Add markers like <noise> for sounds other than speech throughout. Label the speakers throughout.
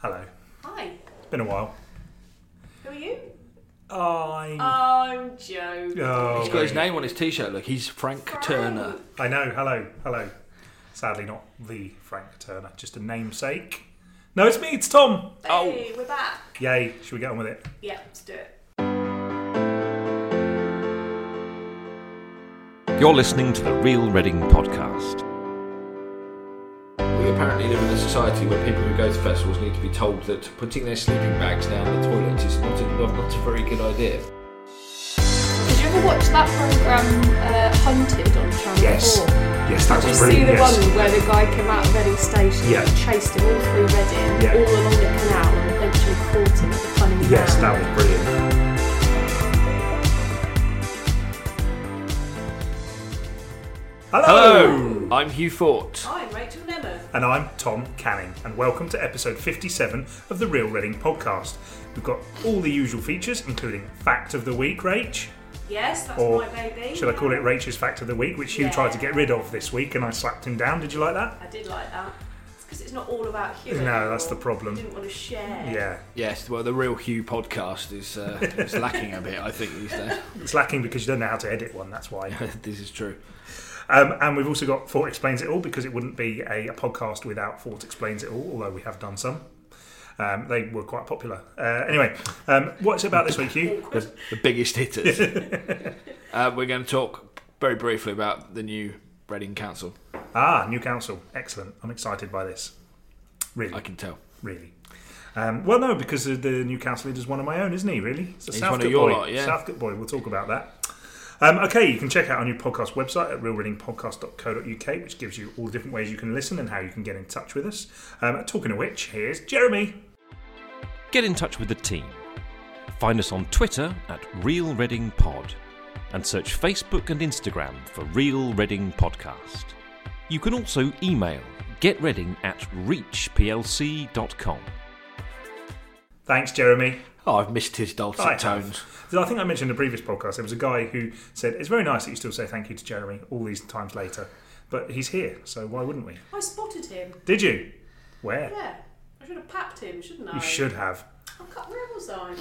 Speaker 1: Hello.
Speaker 2: Hi,
Speaker 1: It's been a while.
Speaker 2: who are you?
Speaker 1: I.
Speaker 2: I'm Joe.
Speaker 1: Oh,
Speaker 3: He's got his name on his t-shirt. Look, he's Frank,
Speaker 2: Frank.
Speaker 3: Turner.
Speaker 1: I know. Hello. Hello. Sadly, not the Frank Turner, just a namesake. No, it's me. It's Tom.
Speaker 2: Hey, we're back.
Speaker 1: Yay. Should we get on with it?
Speaker 2: Yeah, let's do it.
Speaker 4: You're listening to the Real Reading Podcast.
Speaker 3: We apparently live in a society where people who go to festivals need to be told that putting their sleeping bags down the toilet is not a, not, not a very good idea.
Speaker 5: Did you ever watch that program uh, Hunted on Channel
Speaker 1: Yes.
Speaker 5: 4?
Speaker 1: Yes,
Speaker 5: Oh. Did
Speaker 1: that
Speaker 5: you
Speaker 1: was
Speaker 5: see
Speaker 1: brilliant.
Speaker 5: the
Speaker 1: Yes.
Speaker 5: one where the guy came out of Reading Station
Speaker 1: Yeah.
Speaker 5: and chased him all through Reading,
Speaker 1: Yeah.
Speaker 5: all along the canal, and eventually caught him at the Cunningham?
Speaker 1: Yes, that was brilliant. Hello.
Speaker 3: Hello, I'm Hugh Fort.
Speaker 2: I'm Rachel Nemeth.
Speaker 1: And I'm Tom Canning, and welcome to episode 57 of the Real Reading Podcast. We've got all the usual features, including Fact of the Week, Rach.
Speaker 2: Yes, that's my baby.
Speaker 1: should I call it Rach's Fact of the Week, which you
Speaker 2: Yeah.
Speaker 1: tried to get rid of this week and I slapped him down. Did you like that?
Speaker 2: I did like that. It's because it's not all about Hugh.
Speaker 1: No,
Speaker 2: anymore.
Speaker 1: that's the problem.
Speaker 2: I didn't want to share.
Speaker 1: Yeah.
Speaker 3: Yes, well, the real Hugh podcast is
Speaker 4: <laughs>
Speaker 3: uh, is lacking a bit, I think, these days. <laughs>
Speaker 1: It's lacking because you don't know how to edit one, that's why.
Speaker 3: this is true.
Speaker 1: Um, and we've also got Fort Explains It All because it wouldn't be a, a podcast without Fort Explains It All, although we have done some. Um, they were quite popular. Uh, anyway, um, what's it about this week, Hugh?
Speaker 3: The, the biggest
Speaker 4: <laughs>
Speaker 3: hitters. uh, we're going to talk very briefly about the new Reading Council.
Speaker 1: Ah, new council. Excellent. I'm excited by this. Really,
Speaker 3: I can tell.
Speaker 1: really. Um, well, no, because the, the new council leader's one of my own, isn't he? Really, it's a
Speaker 3: He's
Speaker 1: Southcote
Speaker 3: one of your
Speaker 1: boy.
Speaker 3: lot, yeah.
Speaker 1: Southcote boy. We'll talk about that. Um, okay, you can check out our new podcast website at realreadingpodcast.co.uk, which gives you all the different ways you can listen and how you can get in touch with us. Um, talking of which, here's Jeremy.
Speaker 4: Get in touch with the team. Find us on Twitter at Real Reading Pod and search Facebook and Instagram for Real Reading Podcast. You can also email getreading at reachplc.com.
Speaker 1: Thanks, Jeremy.
Speaker 3: Oh, I've missed his dulcet
Speaker 1: I have.
Speaker 3: tones.
Speaker 1: So I think I mentioned in a previous podcast, there was a guy who said, It's very nice that you still say thank you to Jeremy all these times later, but he's here, so why wouldn't we?
Speaker 2: I spotted him.
Speaker 1: Did you? Where?
Speaker 2: Yeah. I should have papped him, shouldn't I?
Speaker 1: You should have.
Speaker 2: I can't, where was I?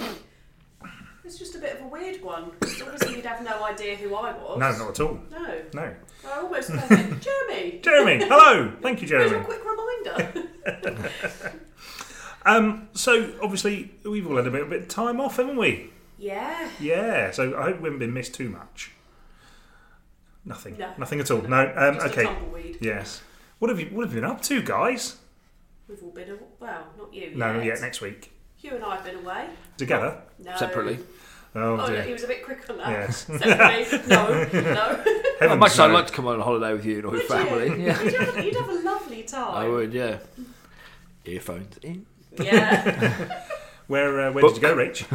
Speaker 2: It's just a bit of a weird one. 'cause Obviously, you'd have no idea who I was.
Speaker 1: No, not at all.
Speaker 2: No.
Speaker 1: No.
Speaker 2: I
Speaker 1: <laughs>
Speaker 2: almost perfect. Jeremy.
Speaker 1: Jeremy, hello. Thank you,
Speaker 2: Here's your
Speaker 1: Jeremy.
Speaker 2: quick
Speaker 1: <laughs>
Speaker 2: reminder.
Speaker 1: Um, so obviously we've all had a bit, a bit of time off, haven't we?
Speaker 2: yeah.
Speaker 1: Yeah. So I hope we haven't been missed too much. Nothing.
Speaker 2: No.
Speaker 1: Nothing at all. No. Um,
Speaker 2: Just a
Speaker 1: okay.
Speaker 2: tumbleweed.
Speaker 1: Yes. What have you What have you been up to, guys?
Speaker 2: We've all been, aw- well, not you.
Speaker 1: No.
Speaker 2: yet.
Speaker 1: Yeah. Next week
Speaker 2: Hugh and I have been away.
Speaker 1: together.
Speaker 2: No.
Speaker 3: Separately.
Speaker 1: Oh,
Speaker 2: Oh, no, he
Speaker 1: dear.
Speaker 2: was a bit quick on that.
Speaker 1: Yes.
Speaker 2: <laughs>
Speaker 1: <laughs>
Speaker 2: Separately. No, no.
Speaker 3: How
Speaker 1: Heavens,
Speaker 3: much Oh, I'd
Speaker 1: no.
Speaker 3: like to come on holiday with you and all
Speaker 2: Would
Speaker 3: your
Speaker 2: you?
Speaker 3: family.
Speaker 2: <laughs>
Speaker 3: Yeah.
Speaker 2: You'd, have, you'd have a lovely time.
Speaker 3: I would, yeah. Earphones in. <laughs>
Speaker 2: Yeah.
Speaker 1: Where uh, Where
Speaker 3: Book.
Speaker 1: did you go, Rich?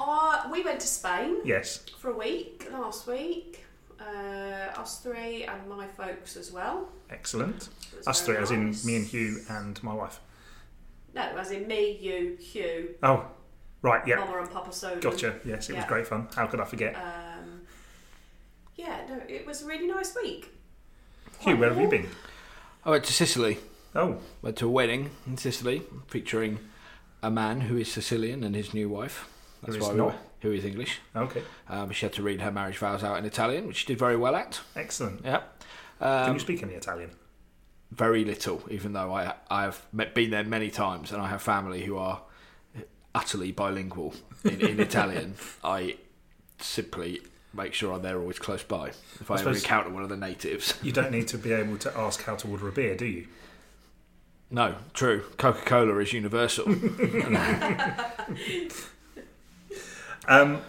Speaker 2: uh, we went to Spain
Speaker 1: yes.
Speaker 2: for a week last week. Uh, us three and my folks as well.
Speaker 1: Excellent.
Speaker 2: It was
Speaker 1: Us three,
Speaker 2: very
Speaker 1: as in
Speaker 2: nice.
Speaker 1: me and Hugh and my wife.
Speaker 2: No, as in me, you, Hugh,
Speaker 1: Oh, right. Yeah.
Speaker 2: Mama and Papa Soda.
Speaker 1: Gotcha. Yes, it was
Speaker 2: Oh. Yeah.
Speaker 1: great fun. How could I forget?
Speaker 2: Um, yeah, no, it was a really nice week.
Speaker 1: Hugh, where have you been?
Speaker 3: I went to Sicily.
Speaker 1: Oh,
Speaker 3: Went to a wedding in Sicily featuring a man who is Sicilian and his new wife. That's
Speaker 1: Who is
Speaker 3: why we
Speaker 1: not.
Speaker 3: were, who is English.
Speaker 1: okay.
Speaker 3: Um, she had to read her marriage vows out in Italian, which she did very well at.
Speaker 1: Excellent.
Speaker 3: Yeah.
Speaker 1: Can
Speaker 3: Um,
Speaker 1: you speak any Italian?
Speaker 3: very little, even though I I've met, been there many times, and I have family who are utterly bilingual
Speaker 1: <laughs>
Speaker 3: in, in Italian. I simply make sure they're always close by if I, ever
Speaker 1: suppose-
Speaker 3: encounter one of the natives.
Speaker 1: You don't need to be able to ask how to order a beer, do you?
Speaker 3: No, true. Coca Cola
Speaker 1: <laughs>
Speaker 3: is universal.
Speaker 1: Um,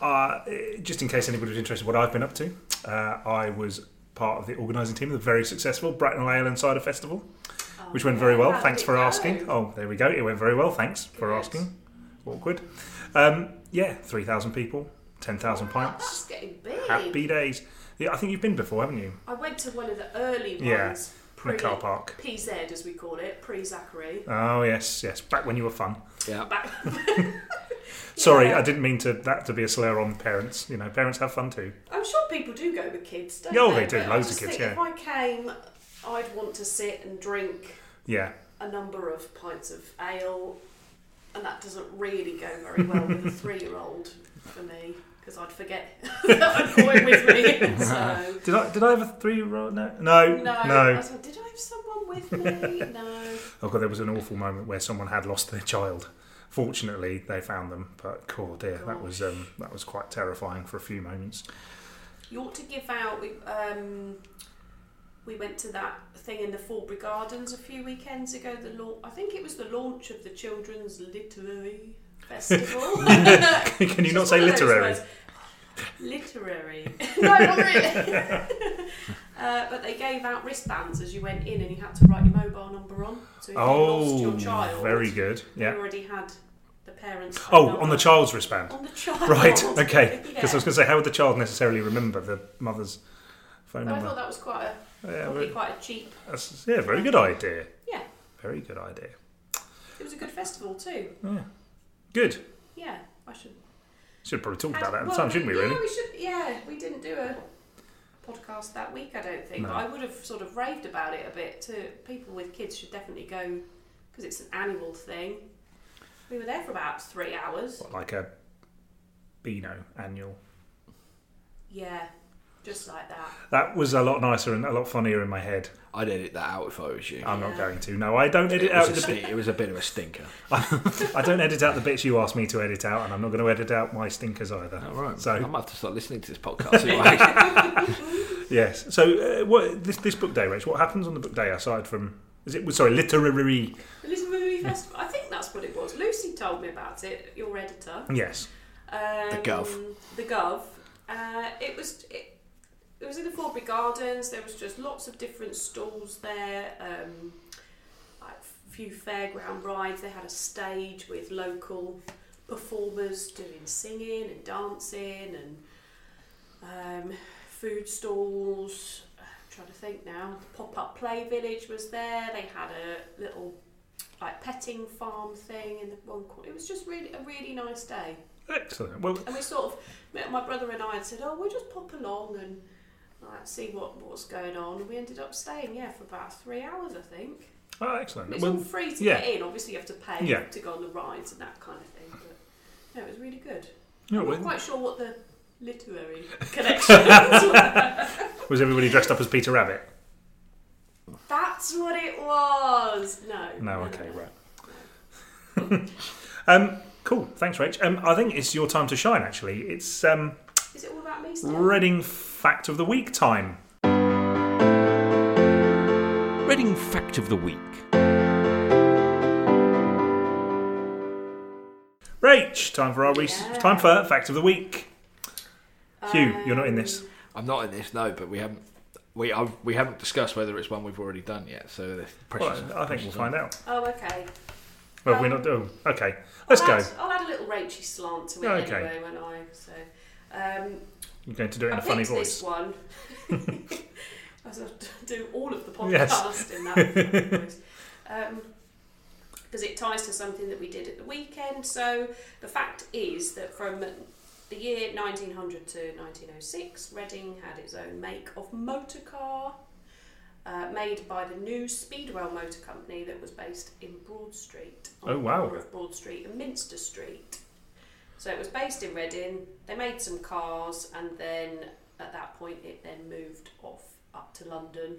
Speaker 1: uh, just in case anybody's interested, what I've been up to, uh, I was part of the organising team of the very successful Brighton and Ale and Cider Festival,
Speaker 2: Oh,
Speaker 1: which went very well. Thanks for asking. Oh, there we go. It went very well. Thanks for
Speaker 2: Good.
Speaker 1: asking. Awkward. Um, yeah, three thousand people, ten thousand pints.
Speaker 2: That's getting big.
Speaker 1: Happy days. Yeah, I think you've been before, haven't you?
Speaker 2: I went to one of the early ones.
Speaker 1: Yeah, In
Speaker 2: Pre,
Speaker 1: a car park.
Speaker 2: PZ, as we call it, pre Zachary.
Speaker 1: Oh yes, yes. Back when you were fun.
Speaker 3: yeah.
Speaker 2: Back.
Speaker 1: Sorry,
Speaker 2: Yeah.
Speaker 1: I didn't mean to that to be a slur on parents. You know, parents have fun too.
Speaker 2: I'm sure people do go with kids, don't
Speaker 1: Yeah, oh, they
Speaker 2: they?
Speaker 1: do,
Speaker 2: But I
Speaker 1: loads of
Speaker 2: just
Speaker 1: kids,
Speaker 2: think If I came, I'd want to sit and drink
Speaker 1: Yeah.
Speaker 2: a number of pints of ale, and that doesn't really go very well with a three-year-old for me because I'd forget <laughs> that I'm going with me. So.
Speaker 1: Did I did I have a three year old? No, no,
Speaker 2: No, I
Speaker 1: no.
Speaker 2: was like, did I have someone with me? No.
Speaker 1: Oh god, there was an awful moment where someone had lost their child. Fortunately, they found them, but cool dear, that was um, that was quite terrifying for a few moments. <laughs>
Speaker 2: You ought to give out. We, um, we went to that thing in the Forbury Gardens a few weekends ago. The launch, I think it was the launch of the Children's Literary Festival. <laughs>
Speaker 1: Can you not say literary?
Speaker 2: Literary. <laughs> no, not really. <laughs> uh, but they gave out wristbands as you went in, and you had to write your mobile number on. So if you
Speaker 1: Oh,
Speaker 2: lost your child,
Speaker 1: very good. Yeah.
Speaker 2: you already had the parents. phone
Speaker 1: Oh,
Speaker 2: number.
Speaker 1: on the child's wristband.
Speaker 2: On the child.
Speaker 1: <laughs> Right. Okay.
Speaker 2: Oh, <laughs> Yeah.
Speaker 1: Because I was going to say, how would the child necessarily remember the mother's phone
Speaker 2: But I
Speaker 1: number?
Speaker 2: thought that was quite a
Speaker 1: Yeah,
Speaker 2: probably
Speaker 1: very,
Speaker 2: quite a cheap.
Speaker 1: that's, yeah, very good idea.
Speaker 2: Yeah.
Speaker 1: Very good idea.
Speaker 2: It was a good festival too.
Speaker 1: Good.
Speaker 2: Yeah, I should.
Speaker 1: Should have probably talked about that at the
Speaker 2: Well,
Speaker 1: time, shouldn't we?
Speaker 2: yeah,
Speaker 1: Really.
Speaker 2: we should. Yeah, we didn't do a podcast that week. I don't think.
Speaker 1: No.
Speaker 2: But I would have sort of raved about it a bit. To people with kids should definitely go because it's an annual thing. We were there for about three hours.
Speaker 1: What, like a Beano annual.
Speaker 2: Yeah, just like that.
Speaker 1: That was a lot nicer and a lot funnier in my head.
Speaker 3: I'd edit that out if I was you.
Speaker 1: I'm not going to. No, I don't edit
Speaker 3: it,
Speaker 1: Um, out
Speaker 3: was a
Speaker 1: the bit.
Speaker 3: sti- it was a bit of a stinker.
Speaker 1: I don't edit out the bits you asked me to edit out, and I'm not going to edit out my stinkers either.
Speaker 3: All right. I
Speaker 1: So
Speaker 3: might have to start listening to
Speaker 1: <laughs>
Speaker 3: this podcast. see what happens.
Speaker 1: yes. So uh, what this this book day, Rach? What happens on the book day aside from? Is it sorry literary?
Speaker 2: The Little Movie Festival. I think that's what it was. Lucy told me about it. Your editor.
Speaker 1: Yes.
Speaker 2: Um,
Speaker 3: Gov.
Speaker 2: The Gov. Uh, it was it, it was in the Forbury Gardens. There was just lots of different stalls there. Um, like a few fairground rides. They had a stage with local performers doing singing and dancing and um, food stalls. I'm trying to think now. The pop up play village was there. They had a little like petting farm thing in the one corner. It was just really a really nice day.
Speaker 1: Excellent. Well,
Speaker 2: And we sort of, my- my brother and I had said, oh, we'll just pop along and like, see what, what's going on. And we ended up staying, yeah, for about three hours, I think.
Speaker 1: oh,
Speaker 2: And
Speaker 1: excellent.
Speaker 2: it's all
Speaker 1: Well,
Speaker 2: free to
Speaker 1: yeah.
Speaker 2: get in. Obviously, you have to pay
Speaker 1: Yeah.
Speaker 2: to go on the rides and that kind of thing. But no, it was really good.
Speaker 1: yeah,
Speaker 2: I'm not
Speaker 1: Oh, well,
Speaker 2: quite sure what the literary <laughs>
Speaker 1: <laughs>
Speaker 2: connections were.
Speaker 1: was everybody dressed up as Peter Rabbit?
Speaker 2: That's what it was. No.
Speaker 1: No. Okay. Right. <laughs> um. Cool. Thanks, Rach. Um. I think it's your time to shine. Actually, it's um.
Speaker 2: Is it all about me still?
Speaker 1: Reading fact of the week time.
Speaker 4: Reading Fact of the Week.
Speaker 1: Rach, time for our res-
Speaker 2: Yeah.
Speaker 1: time for fact of the week. Hugh, you're not in this.
Speaker 2: Um,
Speaker 3: I'm not in this, no, but we haven't. We, I've, we haven't discussed whether it's one we've already done yet, so the
Speaker 1: Well,
Speaker 3: pressure's
Speaker 1: I think we'll find out.
Speaker 2: Oh, okay.
Speaker 1: Well, we're not. Oh, okay. Let's
Speaker 2: I'll
Speaker 1: go.
Speaker 2: Add, I'll add a little Rachy slant to it
Speaker 1: Okay.
Speaker 2: anyway when I. So, um,
Speaker 1: You're going to do it in
Speaker 2: I
Speaker 1: a funny
Speaker 2: picked
Speaker 1: voice.
Speaker 2: this one.
Speaker 1: <laughs>
Speaker 2: <laughs> I sort of do all of the podcast
Speaker 1: Yes.
Speaker 2: in that funny voice. Because it ties to something that we did at the weekend. So the fact is that from the year 1900 to 1906, Reading had its own make of motor car. Uh, made by the new Speedwell Motor Company that was based in Broad Street, on
Speaker 1: Oh,
Speaker 2: the
Speaker 1: wow.
Speaker 2: corner of Broad Street and Minster Street. So it was based in Reading. They made some cars, and then at that point, it then moved off up to London.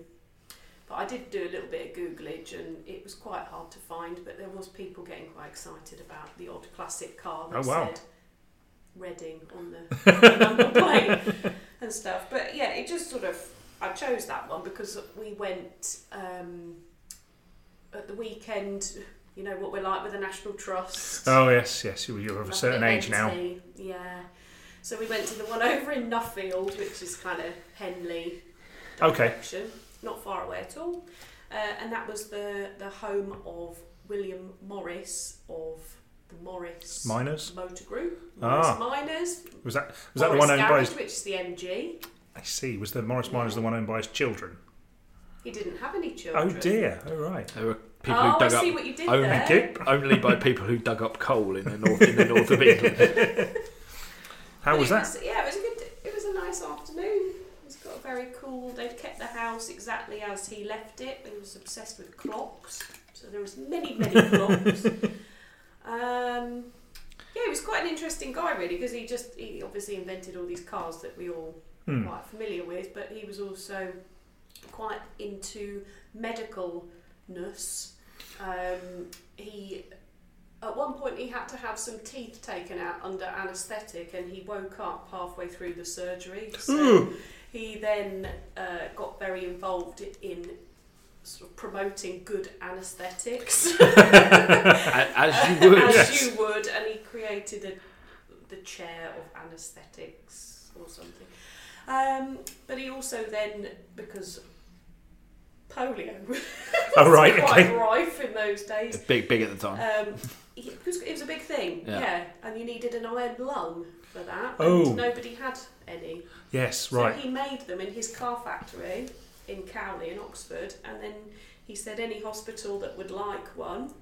Speaker 2: But I did do a little bit of googlage, and it was quite hard to find. But there was people getting quite excited about the odd classic car that
Speaker 1: Oh, wow.
Speaker 2: said Reading on the, <laughs> on the number plate and stuff. But yeah, it just sort of I chose that one because we went um, at the weekend. You know what we're like with the National Trust.
Speaker 1: Oh yes, yes. you- You're of a certain age now.
Speaker 2: Lovely. Yeah. So we went to the one <laughs> over in Nuffield, which is kind of Henley
Speaker 1: Okay.
Speaker 2: direction, not far away at all. Uh, and that was the, the home of William Morris of the Morris
Speaker 1: Miners.
Speaker 2: Motor Group. Morris
Speaker 1: Ah.
Speaker 2: Miners.
Speaker 1: Was that was that the
Speaker 2: Morris
Speaker 1: one owned by?
Speaker 2: Garage,
Speaker 1: His,
Speaker 2: which is the MG.
Speaker 1: I see. Was the Morris Miners the one owned by his children?
Speaker 2: He didn't have any children.
Speaker 1: Oh dear. Oh right.
Speaker 3: There were people
Speaker 2: Oh,
Speaker 3: who dug
Speaker 2: I see
Speaker 3: up
Speaker 2: what you did
Speaker 3: only,
Speaker 2: there.
Speaker 1: Thank you.
Speaker 3: only by people who dug up coal in the north in the north of England.
Speaker 1: How
Speaker 2: But
Speaker 1: was
Speaker 2: it
Speaker 1: that?
Speaker 2: yeah, it was a good. It was a nice afternoon. It's got a very cool. They've kept the house exactly as he left it. He was obsessed with clocks, So there was many, many
Speaker 1: <laughs>
Speaker 2: plots. um, yeah, he was quite an interesting guy, really, because he just he obviously invented all these cars that we all
Speaker 1: Hmm.
Speaker 2: quite familiar with, but he was also quite into medicalness. Um, he at one point he had to have some teeth taken out under anaesthetic, and he woke up halfway through the surgery. So
Speaker 1: Hmm.
Speaker 2: he then uh, got very involved in sort of promoting good
Speaker 1: <laughs>
Speaker 2: anaesthetics.
Speaker 3: A- As you would.
Speaker 2: as
Speaker 1: Yes.
Speaker 2: you would, and he created a, the chair of anaesthetics or something. Um, but he also then, because polio <laughs> was
Speaker 1: Oh, right,
Speaker 2: quite
Speaker 1: okay.
Speaker 2: rife in those days,
Speaker 3: Big, big at the time.
Speaker 2: um, he- it, was, it was a big thing,
Speaker 3: Yeah.
Speaker 2: yeah. and you needed an iron lung for that,
Speaker 1: Oh.
Speaker 2: and nobody had any.
Speaker 1: Yes,
Speaker 2: So
Speaker 1: right.
Speaker 2: he made them in his car factory in Cowley in Oxford, and then he said any hospital that would like one,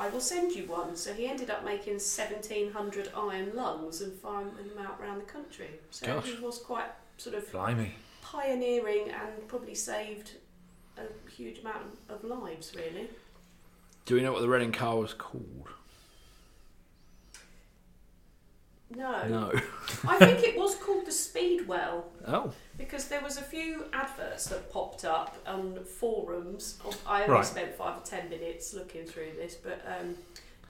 Speaker 2: I will send you one. So he ended up making seventeen hundred iron lungs and firing them out around the country. So
Speaker 3: Gosh.
Speaker 2: he was quite sort of
Speaker 1: Blimey.
Speaker 2: pioneering and probably saved a huge amount of lives, really.
Speaker 3: Do we know what the Reading car was called?
Speaker 2: No,
Speaker 3: No.
Speaker 2: I think it was called the Speedwell.
Speaker 3: Oh.
Speaker 2: Because there was a few adverts that popped up on forums. I only
Speaker 1: Right.
Speaker 2: spent five or ten minutes looking through this, but um,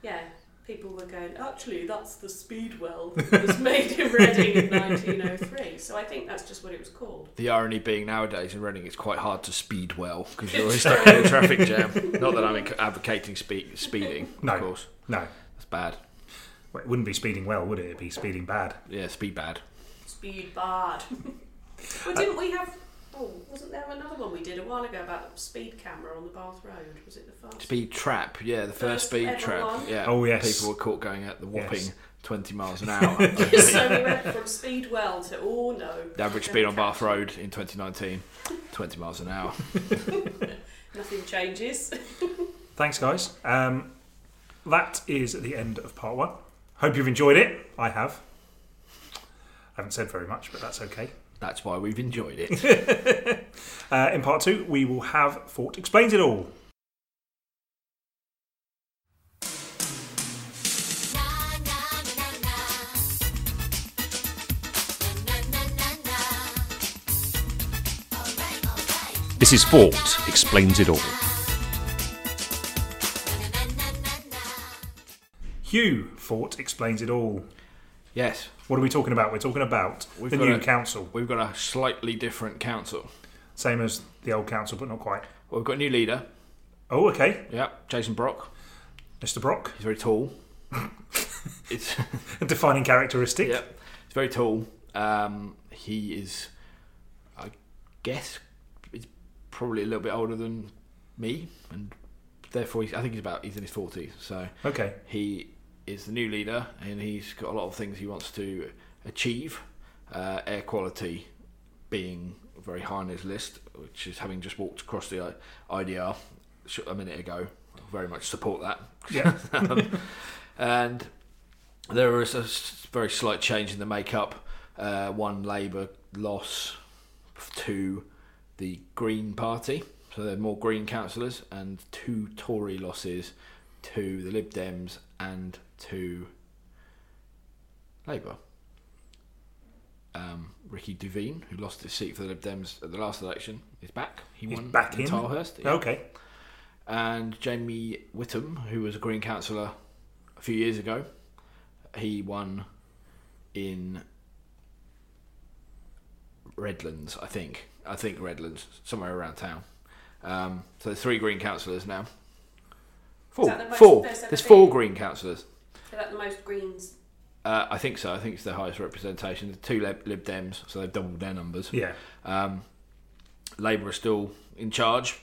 Speaker 2: yeah, people were going, actually, that's the Speedwell that
Speaker 3: <laughs>
Speaker 2: was made in Reading in 1903. So I think that's just what it was called.
Speaker 3: The irony being nowadays in Reading, it's quite hard to speed well because you're always stuck in a
Speaker 2: <laughs>
Speaker 3: traffic jam. Not that I'm inc- advocating speed, speeding,
Speaker 1: No.
Speaker 3: of course.
Speaker 1: No.
Speaker 3: That's bad.
Speaker 1: Well, it wouldn't be speeding well, would it? It'd be speeding bad.
Speaker 3: Yeah, speed bad.
Speaker 2: Speed
Speaker 3: <laughs>
Speaker 2: bad. well, didn't we have. Oh, wasn't there another one we did a while ago about the speed camera on the Bath Road? Was it the
Speaker 3: <laughs>
Speaker 2: first?
Speaker 3: Speed trap, yeah, the first
Speaker 2: First
Speaker 3: speed
Speaker 2: ever
Speaker 3: trap.
Speaker 2: one.
Speaker 3: Yeah.
Speaker 1: Oh, yes.
Speaker 3: People were caught going at the whopping
Speaker 1: Yes.
Speaker 3: 20 miles
Speaker 1: <laughs>
Speaker 3: an hour.
Speaker 2: so we went from Speedwell to oh no.
Speaker 3: the average speed on Bath Road in 2019, 20 miles an hour.
Speaker 2: Nothing changes. <laughs>
Speaker 1: Thanks, guys. Um, that is the end of part one. Hope you've enjoyed it. I have. I haven't said very much, but that's okay.
Speaker 3: That's why we've enjoyed it.
Speaker 1: Uh, in part two, we will have Fort Explains It All.
Speaker 4: This is Fort Explains It All.
Speaker 1: Hugh Fort Explains It All.
Speaker 3: yes.
Speaker 1: What are we talking about? We're talking about
Speaker 3: We've
Speaker 1: the
Speaker 3: got
Speaker 1: new
Speaker 3: a-
Speaker 1: council.
Speaker 3: We've got a slightly different council.
Speaker 1: Same as the old council, but not quite.
Speaker 3: Well, we've got a new leader.
Speaker 1: Oh, okay.
Speaker 3: Yeah, Jason Brock.
Speaker 1: Mr. Brock. <laughs>
Speaker 3: He's very tall. it's <laughs>
Speaker 1: Defining characteristic.
Speaker 3: yeah, he's very tall. Um, he is, I guess, he's probably a little bit older than me, and therefore he's, I think he's about he's in his forties. So
Speaker 1: Okay.
Speaker 3: he is the new leader, and he's got a lot of things he wants to achieve. Uh, air quality being very high on his list, which is having just walked across the uh, I- IDR sh- a minute ago. I very much support that. <laughs> Um,
Speaker 1: Yeah.
Speaker 3: and there was a s- very slight change in the makeup. Uh, one Labour loss to the Green Party, so there are more Green councillors, and two Tory losses to the Lib Dems and to Labour. Um, Ricky Devine, who lost his seat for the Lib Dems at the last election, is back. He
Speaker 1: He's
Speaker 3: won
Speaker 1: back
Speaker 3: in
Speaker 1: in. Oh,
Speaker 3: Tilehurst. yeah
Speaker 1: Okay.
Speaker 3: and Jamie Whittam, who was a Green councillor a few years ago, he won in Redlands, I think. I think Redlands, somewhere around town. Um, so there's three Green councillors now. Four,
Speaker 2: that the most
Speaker 3: four.
Speaker 2: there's ever
Speaker 3: There's four
Speaker 2: been?
Speaker 3: Green councillors.
Speaker 2: Is that the most Greens
Speaker 3: Uh, I think so. I think it's the highest representation. The two Lib Lib Dems, so they've doubled their numbers.
Speaker 1: Yeah.
Speaker 3: Um, Labour are still in charge,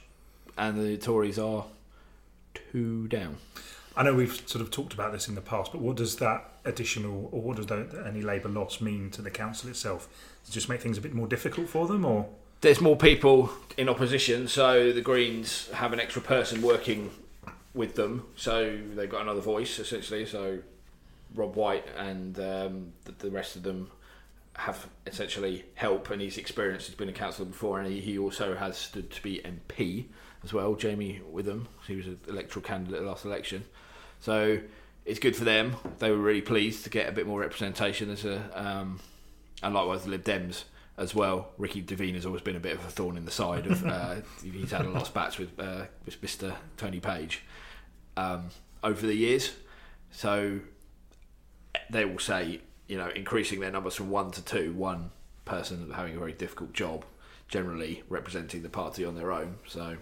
Speaker 3: and the Tories are two down.
Speaker 1: I know we've sort of talked about this in the past, but what does that additional, or what does tho- any Labour loss mean to the council itself? Does it just make things a bit more difficult for them, or
Speaker 3: there's more people in opposition, so the Greens have an extra person working with them, so they've got another voice essentially. So Rob White and um, the, the rest of them have essentially help, and he's experienced. He's been a councillor before, and he, he also has stood to be MP as well. Jamie Witham, he was an electoral candidate last election, so it's good for them. They were really pleased to get a bit more representation as a, um, and likewise the Lib Dems as well. Ricky Devine has always been a bit of a thorn in the side of. Uh, he's had a lot of spats with uh, with Mr. Tony Page um, over the years, so they will say, you know, increasing their numbers from one to two, one person having a very difficult job, generally representing the party on their own. So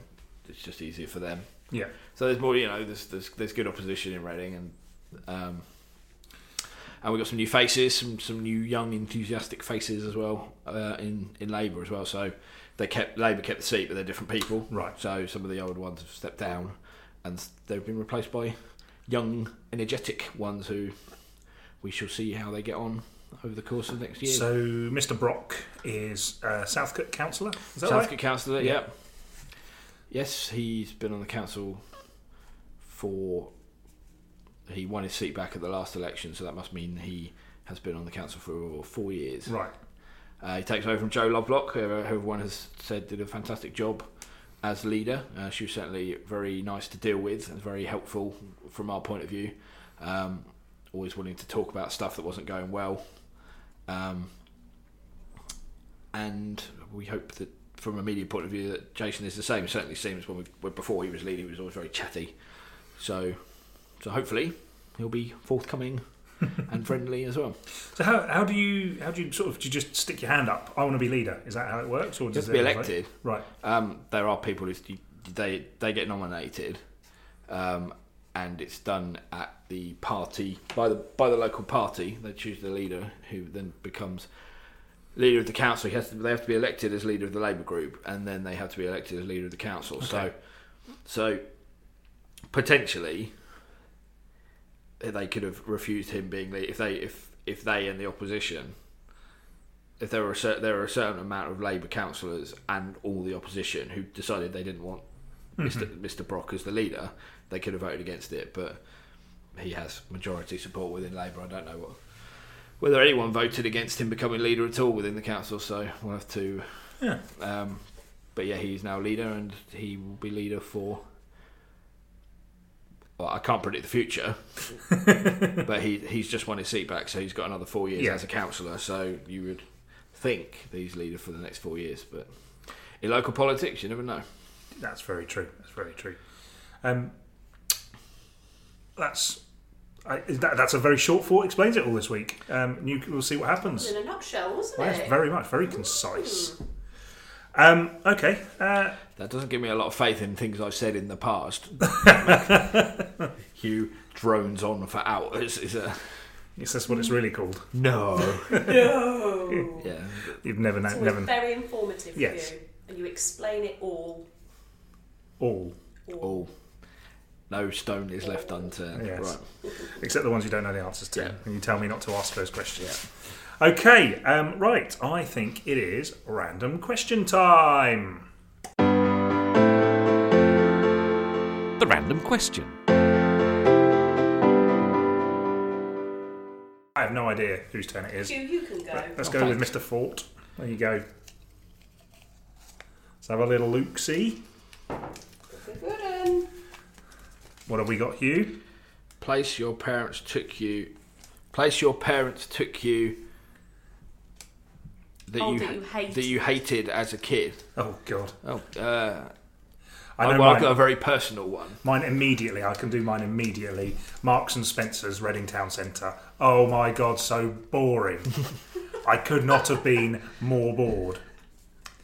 Speaker 3: it's just easier for them.
Speaker 1: Yeah.
Speaker 3: So there's more, you know, there's there's, there's good opposition in Reading, and um, and we've got some new faces, some some new young enthusiastic faces as well uh, in in Labour as well. So they kept Labour kept the seat, but they're different people.
Speaker 1: Right.
Speaker 3: So some of the old ones have stepped down, and they've been replaced by young, energetic ones who we shall see how they get on over the course of next year.
Speaker 1: So Mr. Brock is uh, Southcote councillor. Is that
Speaker 3: Southcote
Speaker 1: right?
Speaker 3: councillor,
Speaker 1: Yeah.
Speaker 3: yeah. Yes, he's been on the council for. He won his seat back at the last election, so that must mean he has been on the council for four years.
Speaker 1: Right.
Speaker 3: Uh, he takes over from Joe Lovelock, who everyone has said did a fantastic job as leader. Uh, she was certainly very nice to deal with and very helpful from our point of view. Um, always willing to talk about stuff that wasn't going well. Um, and we hope that from a media point of view that Jason is the same. It certainly seems when we when before he was leader, he was always very chatty. So, so hopefully he'll be forthcoming and friendly as well.
Speaker 1: So how, how do you how do you sort of do you just stick your hand up? I want to be leader. Is that how it works? Or
Speaker 3: You have
Speaker 1: does
Speaker 3: to be
Speaker 1: it-
Speaker 3: elected.
Speaker 1: Right.
Speaker 3: Um, there are people who they they get nominated, um, and it's done at the party by the by the local party. They choose the leader, who then becomes leader of the council. He has to, they have to be elected as leader of the Labour group, and then they have to be elected as leader of the council. So, so potentially they could have refused him being leader if they if if they and the opposition if there were a cer- there were a certain amount of Labour councillors and all the opposition who decided they didn't want Mr.
Speaker 1: Mm-hmm.
Speaker 3: Mr. Brock as the leader, they could have voted against it. But he has majority support within Labour. I don't know what whether anyone voted against him becoming leader at all within the council. So we'll have to.
Speaker 1: Yeah.
Speaker 3: Um, but yeah, he's now leader, and he will be leader for. Well, I can't predict the
Speaker 1: <laughs>
Speaker 3: future, but he he's just won his seat back, so he's got another four years
Speaker 1: Yeah.
Speaker 3: as a councillor. So you would think that he's leader for the next four years, but in local politics, you never know.
Speaker 1: That's very true. That's very true. Um, that's I, is that, that's a very short thought. Explains it all this week. Um, and you we'll see what happens.
Speaker 2: In a nutshell, wasn't
Speaker 1: Well,
Speaker 2: it?
Speaker 1: that's very much very concise. Um, okay. Uh,
Speaker 3: That doesn't give me a lot of faith in things I've said in
Speaker 1: <laughs>
Speaker 3: the past. Hugh drones on for hours. Is a
Speaker 1: yes, that's what it's really called.
Speaker 3: no.
Speaker 1: <laughs>
Speaker 2: No.
Speaker 3: Yeah,
Speaker 1: You've never
Speaker 2: It's
Speaker 1: known,
Speaker 2: always
Speaker 1: never
Speaker 2: very informative
Speaker 1: Yes.
Speaker 2: for you, and you explain it all.
Speaker 1: all
Speaker 2: all.
Speaker 3: all. No stone is left unturned.
Speaker 1: Yes.
Speaker 3: Right.
Speaker 1: except the ones you don't know the answers to,
Speaker 3: Yeah.
Speaker 1: and you tell me not to ask those questions. Okay. Um, right. I think it is random question time.
Speaker 4: The random question.
Speaker 1: I have no idea whose turn it is.
Speaker 2: Hugh, you can go.
Speaker 1: Let's go with Mr. Fort. There you go. Let's have a little look see.
Speaker 2: Good one.
Speaker 1: What have we got, Hugh?
Speaker 3: Place your parents took you. Place your parents took you. That
Speaker 2: Oh,
Speaker 3: you,
Speaker 2: that you hate.
Speaker 3: that you hated as a kid.
Speaker 1: Oh, God.
Speaker 3: Oh, uh,
Speaker 1: I know
Speaker 3: well, I've
Speaker 1: mine.
Speaker 3: got a very personal one.
Speaker 1: Mine immediately. I can do mine immediately. Marks and Spencer's, Reading Town Centre. Oh, my God, so boring. I could not have been more bored.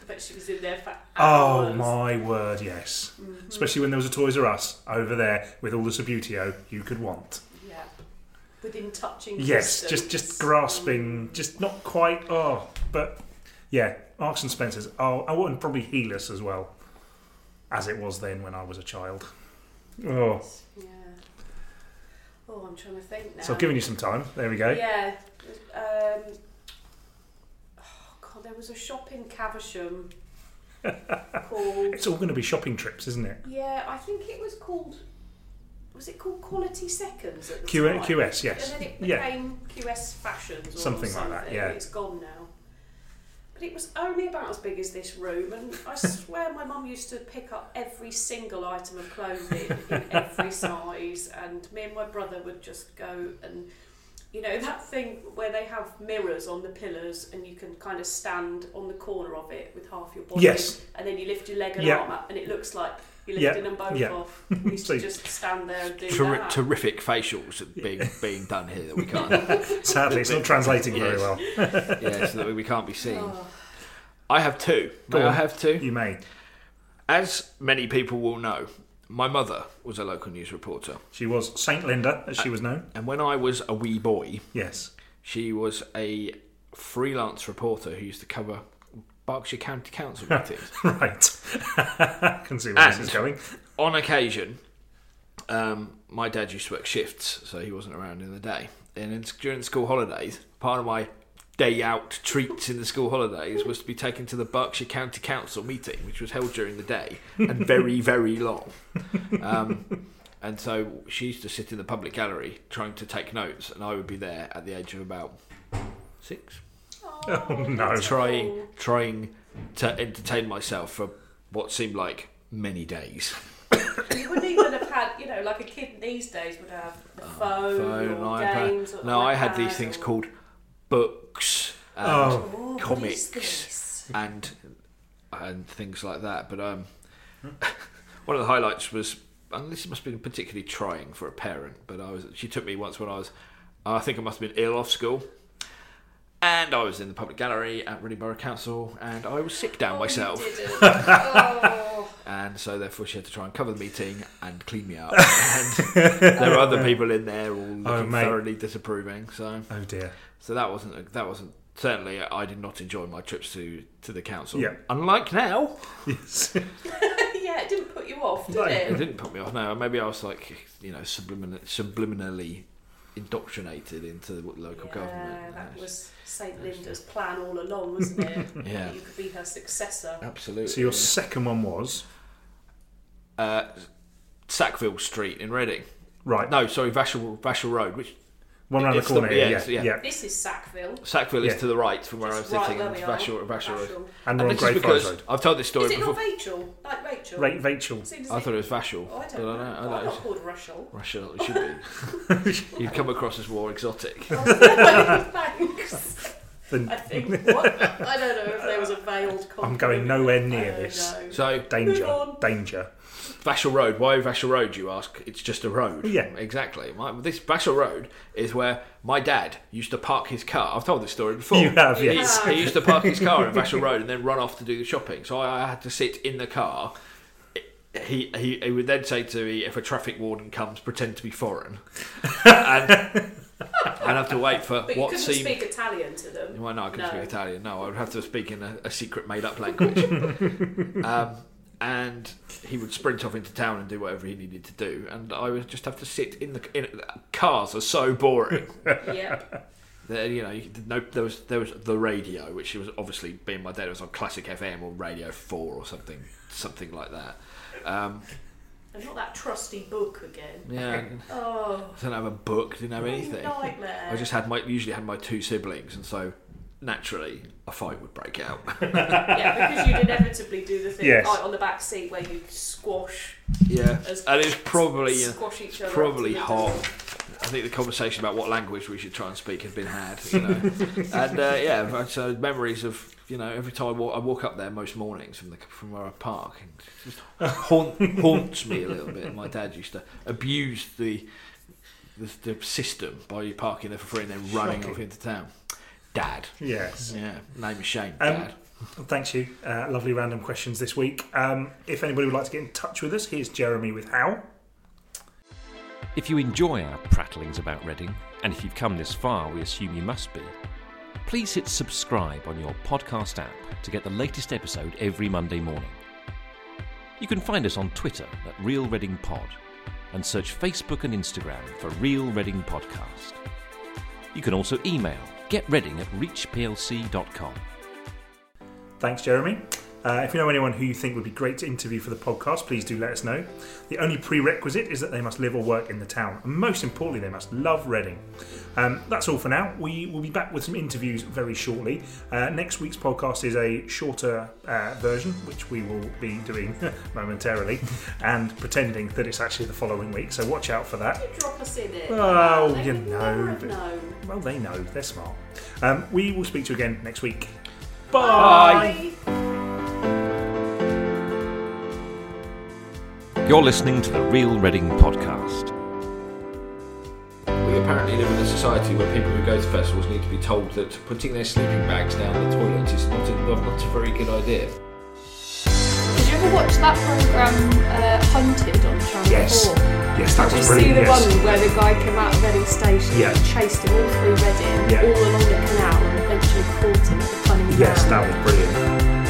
Speaker 2: I bet she was in there for hours.
Speaker 1: Oh, my word, yes. Especially when there was a Toys R Us over there with all the Subutio you could want.
Speaker 2: Yeah. Within touching
Speaker 1: Yes,
Speaker 2: distance.
Speaker 1: just just grasping, just not quite. Oh, but yeah, Marks and Spencers. Oh, I wouldn't probably Healus as well, as it was then when I was a child. Oh,
Speaker 2: Yeah. Oh, I'm trying to think now.
Speaker 1: so I've given you some time. There we go.
Speaker 2: Yeah. Um, oh God, there was a shop in Caversham
Speaker 1: <laughs>
Speaker 2: called.
Speaker 1: It's all going to be shopping trips, isn't it?
Speaker 2: Yeah, I think it was called. Was it called Quality Seconds at the
Speaker 1: Q-
Speaker 2: time?
Speaker 1: QS, yes.
Speaker 2: And then it
Speaker 1: Yeah.
Speaker 2: became QS Fashions or
Speaker 1: Something
Speaker 2: something,
Speaker 1: like that, yeah.
Speaker 2: It's gone now. But but it was only about as big as this room, and I swear my mum used to pick up every single item of clothing in every
Speaker 1: <laughs>
Speaker 2: size, and me and my brother would just go and. You know, that thing where they have mirrors on the pillars and you can kind of stand on the corner of it with half your body.
Speaker 1: Yes.
Speaker 2: And then you lift your leg and
Speaker 1: Yeah.
Speaker 2: arm up and it looks like you're
Speaker 1: Yeah,
Speaker 2: lifting them both
Speaker 1: yeah. <laughs>
Speaker 2: off. We used
Speaker 1: So-
Speaker 2: to just stand there and do
Speaker 3: Terri
Speaker 1: <laughs>
Speaker 2: that.
Speaker 3: terrific facials being being done here that we can't.
Speaker 1: Sadly, it's not translating very
Speaker 3: Yes.
Speaker 1: well.
Speaker 3: yeah, so that we can't be seen.
Speaker 2: Oh.
Speaker 3: I have two.
Speaker 1: Go
Speaker 3: May I
Speaker 1: on.
Speaker 3: have two?
Speaker 1: You may.
Speaker 3: As many people will know, my mother was a local news reporter,
Speaker 1: She was Saint Linda, as she was known.
Speaker 3: and when I was a wee boy,
Speaker 1: Yes. <laughs>
Speaker 3: she was a freelance reporter who used to cover Berkshire
Speaker 1: <laughs>
Speaker 3: County Council meetings.
Speaker 1: Right. <laughs> I can see where this is
Speaker 3: And-
Speaker 1: going.
Speaker 3: on occasion, um, my dad used to work shifts, so he wasn't around in the day. And it's during the school holidays, part of my day out treats in the school holidays was to be taken to the Berkshire County Council meeting, which was held during the day and
Speaker 2: <laughs>
Speaker 3: very, very long. Um, and so she used to sit in the public gallery trying to take notes, and I would be there at the age of about six
Speaker 2: Oh,
Speaker 1: no.
Speaker 2: that's
Speaker 3: trying
Speaker 2: cool.
Speaker 3: trying to entertain myself for what seemed like many days.
Speaker 2: You wouldn't even have had, you know, like a kid these days would have the phone,
Speaker 3: Oh, phone,
Speaker 2: or
Speaker 3: iPad.
Speaker 2: games. Or
Speaker 3: no, I had these
Speaker 2: iPad
Speaker 3: things
Speaker 2: or-
Speaker 3: called books and
Speaker 1: Oh.
Speaker 2: Oh, what is
Speaker 3: comics
Speaker 2: this?
Speaker 3: and and things like that. But um, <laughs> one of the highlights was, and this must have been particularly trying for a parent. But I was, she took me once when I was, I think I must have been ill off school. And I was in the public gallery at Reading Borough Council, and I was sick down
Speaker 2: Oh, you
Speaker 3: myself,
Speaker 2: didn't.
Speaker 3: <laughs>
Speaker 2: Oh.
Speaker 3: and so therefore she had to try and cover the meeting and clean
Speaker 1: <laughs>
Speaker 3: me up. and there were other people in there all looking
Speaker 1: Oh, mate.
Speaker 3: thoroughly disapproving. So
Speaker 1: Oh dear.
Speaker 3: so that wasn't that wasn't certainly uh, I did not enjoy my trips to to the council.
Speaker 1: Yeah.
Speaker 3: Unlike now,
Speaker 1: Yes. <laughs>
Speaker 2: yeah, it didn't put you off, did
Speaker 1: No.
Speaker 3: it
Speaker 2: it?
Speaker 3: didn't put me off. Now maybe I was like you know sublimin- subliminally indoctrinated into the local
Speaker 2: Yeah,
Speaker 3: government.
Speaker 2: that
Speaker 3: Yes.
Speaker 2: was St Linda's plan all along, wasn't it?
Speaker 3: <laughs> Yeah.
Speaker 2: You could be her successor.
Speaker 3: absolutely.
Speaker 1: So your second one was
Speaker 3: uh, Sackville Street in Reading.
Speaker 1: right.
Speaker 3: No, sorry, Vashel Vashel Road, which
Speaker 1: one round the
Speaker 3: it's the-
Speaker 1: corner. here,
Speaker 3: yeah, it's-
Speaker 1: yeah,
Speaker 3: yeah.
Speaker 1: yeah.
Speaker 2: This is Sackville.
Speaker 3: Sackville
Speaker 1: Yeah.
Speaker 3: is to the right from where I was
Speaker 2: It's right
Speaker 3: sitting,
Speaker 2: where
Speaker 3: and
Speaker 2: we are.
Speaker 3: Vashel Vashel Road.
Speaker 1: And
Speaker 3: And
Speaker 1: we're on
Speaker 3: this is
Speaker 1: Greyfriars Road.
Speaker 3: because I've told this story
Speaker 2: Is it
Speaker 3: before.
Speaker 2: not Rachel? Like Rachel?
Speaker 1: Right, Rachel.
Speaker 2: Seems as
Speaker 3: I
Speaker 2: if-
Speaker 3: thought it was Vashel.
Speaker 2: Oh, I
Speaker 3: but
Speaker 2: don't know.
Speaker 3: I
Speaker 2: I'm <laughs>
Speaker 3: don't know.
Speaker 2: not called
Speaker 3: <laughs>
Speaker 2: Rachel.
Speaker 3: Rachel, it should
Speaker 1: <laughs>
Speaker 3: be. You'd come across as
Speaker 2: <laughs>
Speaker 3: more exotic.
Speaker 2: Thanks. I
Speaker 1: The
Speaker 2: think what? I don't know if there was a veiled.
Speaker 1: I'm going
Speaker 2: compliment.
Speaker 1: nowhere
Speaker 2: I
Speaker 1: near
Speaker 2: don't
Speaker 1: this.
Speaker 2: know.
Speaker 3: So,
Speaker 2: Move
Speaker 1: danger.
Speaker 2: on.
Speaker 1: Danger.
Speaker 3: Vashel Road. Why Vashel Road? You ask. It's just a road.
Speaker 1: Yeah.
Speaker 3: exactly. My, this Vashel Road is where my dad used to park his car. I've told this story before.
Speaker 1: You have,
Speaker 3: He-
Speaker 1: yes.
Speaker 3: He, used to
Speaker 1: <laughs>
Speaker 3: park his car in Vashel Road and then run off to do the shopping. So I, I had to sit in the car. He, he he would then say to me, if a traffic warden comes, pretend to
Speaker 1: <laughs>
Speaker 3: be foreign, and I'd have to wait for
Speaker 2: But you
Speaker 3: what
Speaker 2: couldn't
Speaker 3: seemed.
Speaker 2: speak Italian to them.
Speaker 3: Well, no, I couldn't
Speaker 2: No.
Speaker 3: speak Italian. No, I would have to speak in a, a secret made-up language. um, and he would sprint off into town and do whatever he needed to do, and I would just have to sit in the in, cars. Are so boring.
Speaker 2: Yep.
Speaker 3: there, you know, you, no, there was there was the radio, which was obviously being my dad it was on Classic FM or Radio Four or something, something like that. Um,
Speaker 2: And not that trusty book again.
Speaker 3: yeah, and
Speaker 2: Oh,
Speaker 3: I didn't have a book, didn't have
Speaker 2: what a
Speaker 3: anything.
Speaker 2: nightmare.
Speaker 3: I just had my usually had my two siblings, and so naturally a fight would break out.
Speaker 2: yeah, because you'd inevitably do the thing
Speaker 1: Yes.
Speaker 2: like on the back seat where you squash,
Speaker 3: yeah,
Speaker 2: As-
Speaker 3: and it's probably. you know,
Speaker 2: squash each other.
Speaker 3: probably
Speaker 2: up to the door.
Speaker 3: hot. I think the conversation about what language we should try and speak had been had, you know.
Speaker 2: <laughs>
Speaker 3: and uh, yeah, so memories of you know every time I walk, I walk up there most mornings from the from where I park and it just
Speaker 2: <laughs>
Speaker 3: haunt, haunts me a little bit. My dad used to abuse the the, the system by you parking there for free and then running off into town. Dad,
Speaker 1: Yes.
Speaker 3: yeah, name of shame,
Speaker 1: Um,
Speaker 3: Dad.
Speaker 1: Well, Thanks, you. Uh, lovely random questions this week. Um, if anybody would like to get in touch with us, here's Jeremy with How.
Speaker 4: If you enjoy our prattlings about Reading, and if you've come this far, we assume you must be, please hit subscribe on your podcast app to get the latest episode every Monday morning. You can find us on Twitter at Real Reading Pod and search Facebook and Instagram for Real Reading Podcast. You can also email getreading at reachplc.com.
Speaker 1: Thanks, Jeremy. Uh, if you know anyone who you think would be great to interview for the podcast, please do let us know. The only prerequisite is that they must live or work in the town, and most importantly, they must love Reading. Um, that's all for now. We will be back with some interviews very shortly. Uh, next week's podcast is a shorter uh, version, which we will be doing <laughs> momentarily, <laughs> and pretending that it's actually the following week. So watch out for that.
Speaker 6: You drop us in it.
Speaker 1: Oh,
Speaker 6: They
Speaker 1: you
Speaker 6: would
Speaker 1: know,
Speaker 6: never have
Speaker 1: but-
Speaker 6: known.
Speaker 1: Well, they know. They're smart. Um, we will speak to you again next week.
Speaker 6: Bye.
Speaker 4: You're listening to the Real Reading Podcast.
Speaker 3: We apparently live in a society where people who go to festivals need to be told that putting their sleeping bags down the toilet is not a, not a very good idea.
Speaker 2: Did you ever watch that programme uh, Hunted on Channel
Speaker 1: Yes.
Speaker 2: 4?
Speaker 1: Yes, that
Speaker 2: Did you
Speaker 1: was
Speaker 2: see
Speaker 1: brilliant.
Speaker 2: the
Speaker 1: Yes.
Speaker 2: one where the guy came out of Reading Station
Speaker 1: Yeah.
Speaker 2: and chased him all through Reading,
Speaker 1: Yeah.
Speaker 2: all along the canal, and eventually caught him at the Cunningham
Speaker 1: Yes, that was brilliant.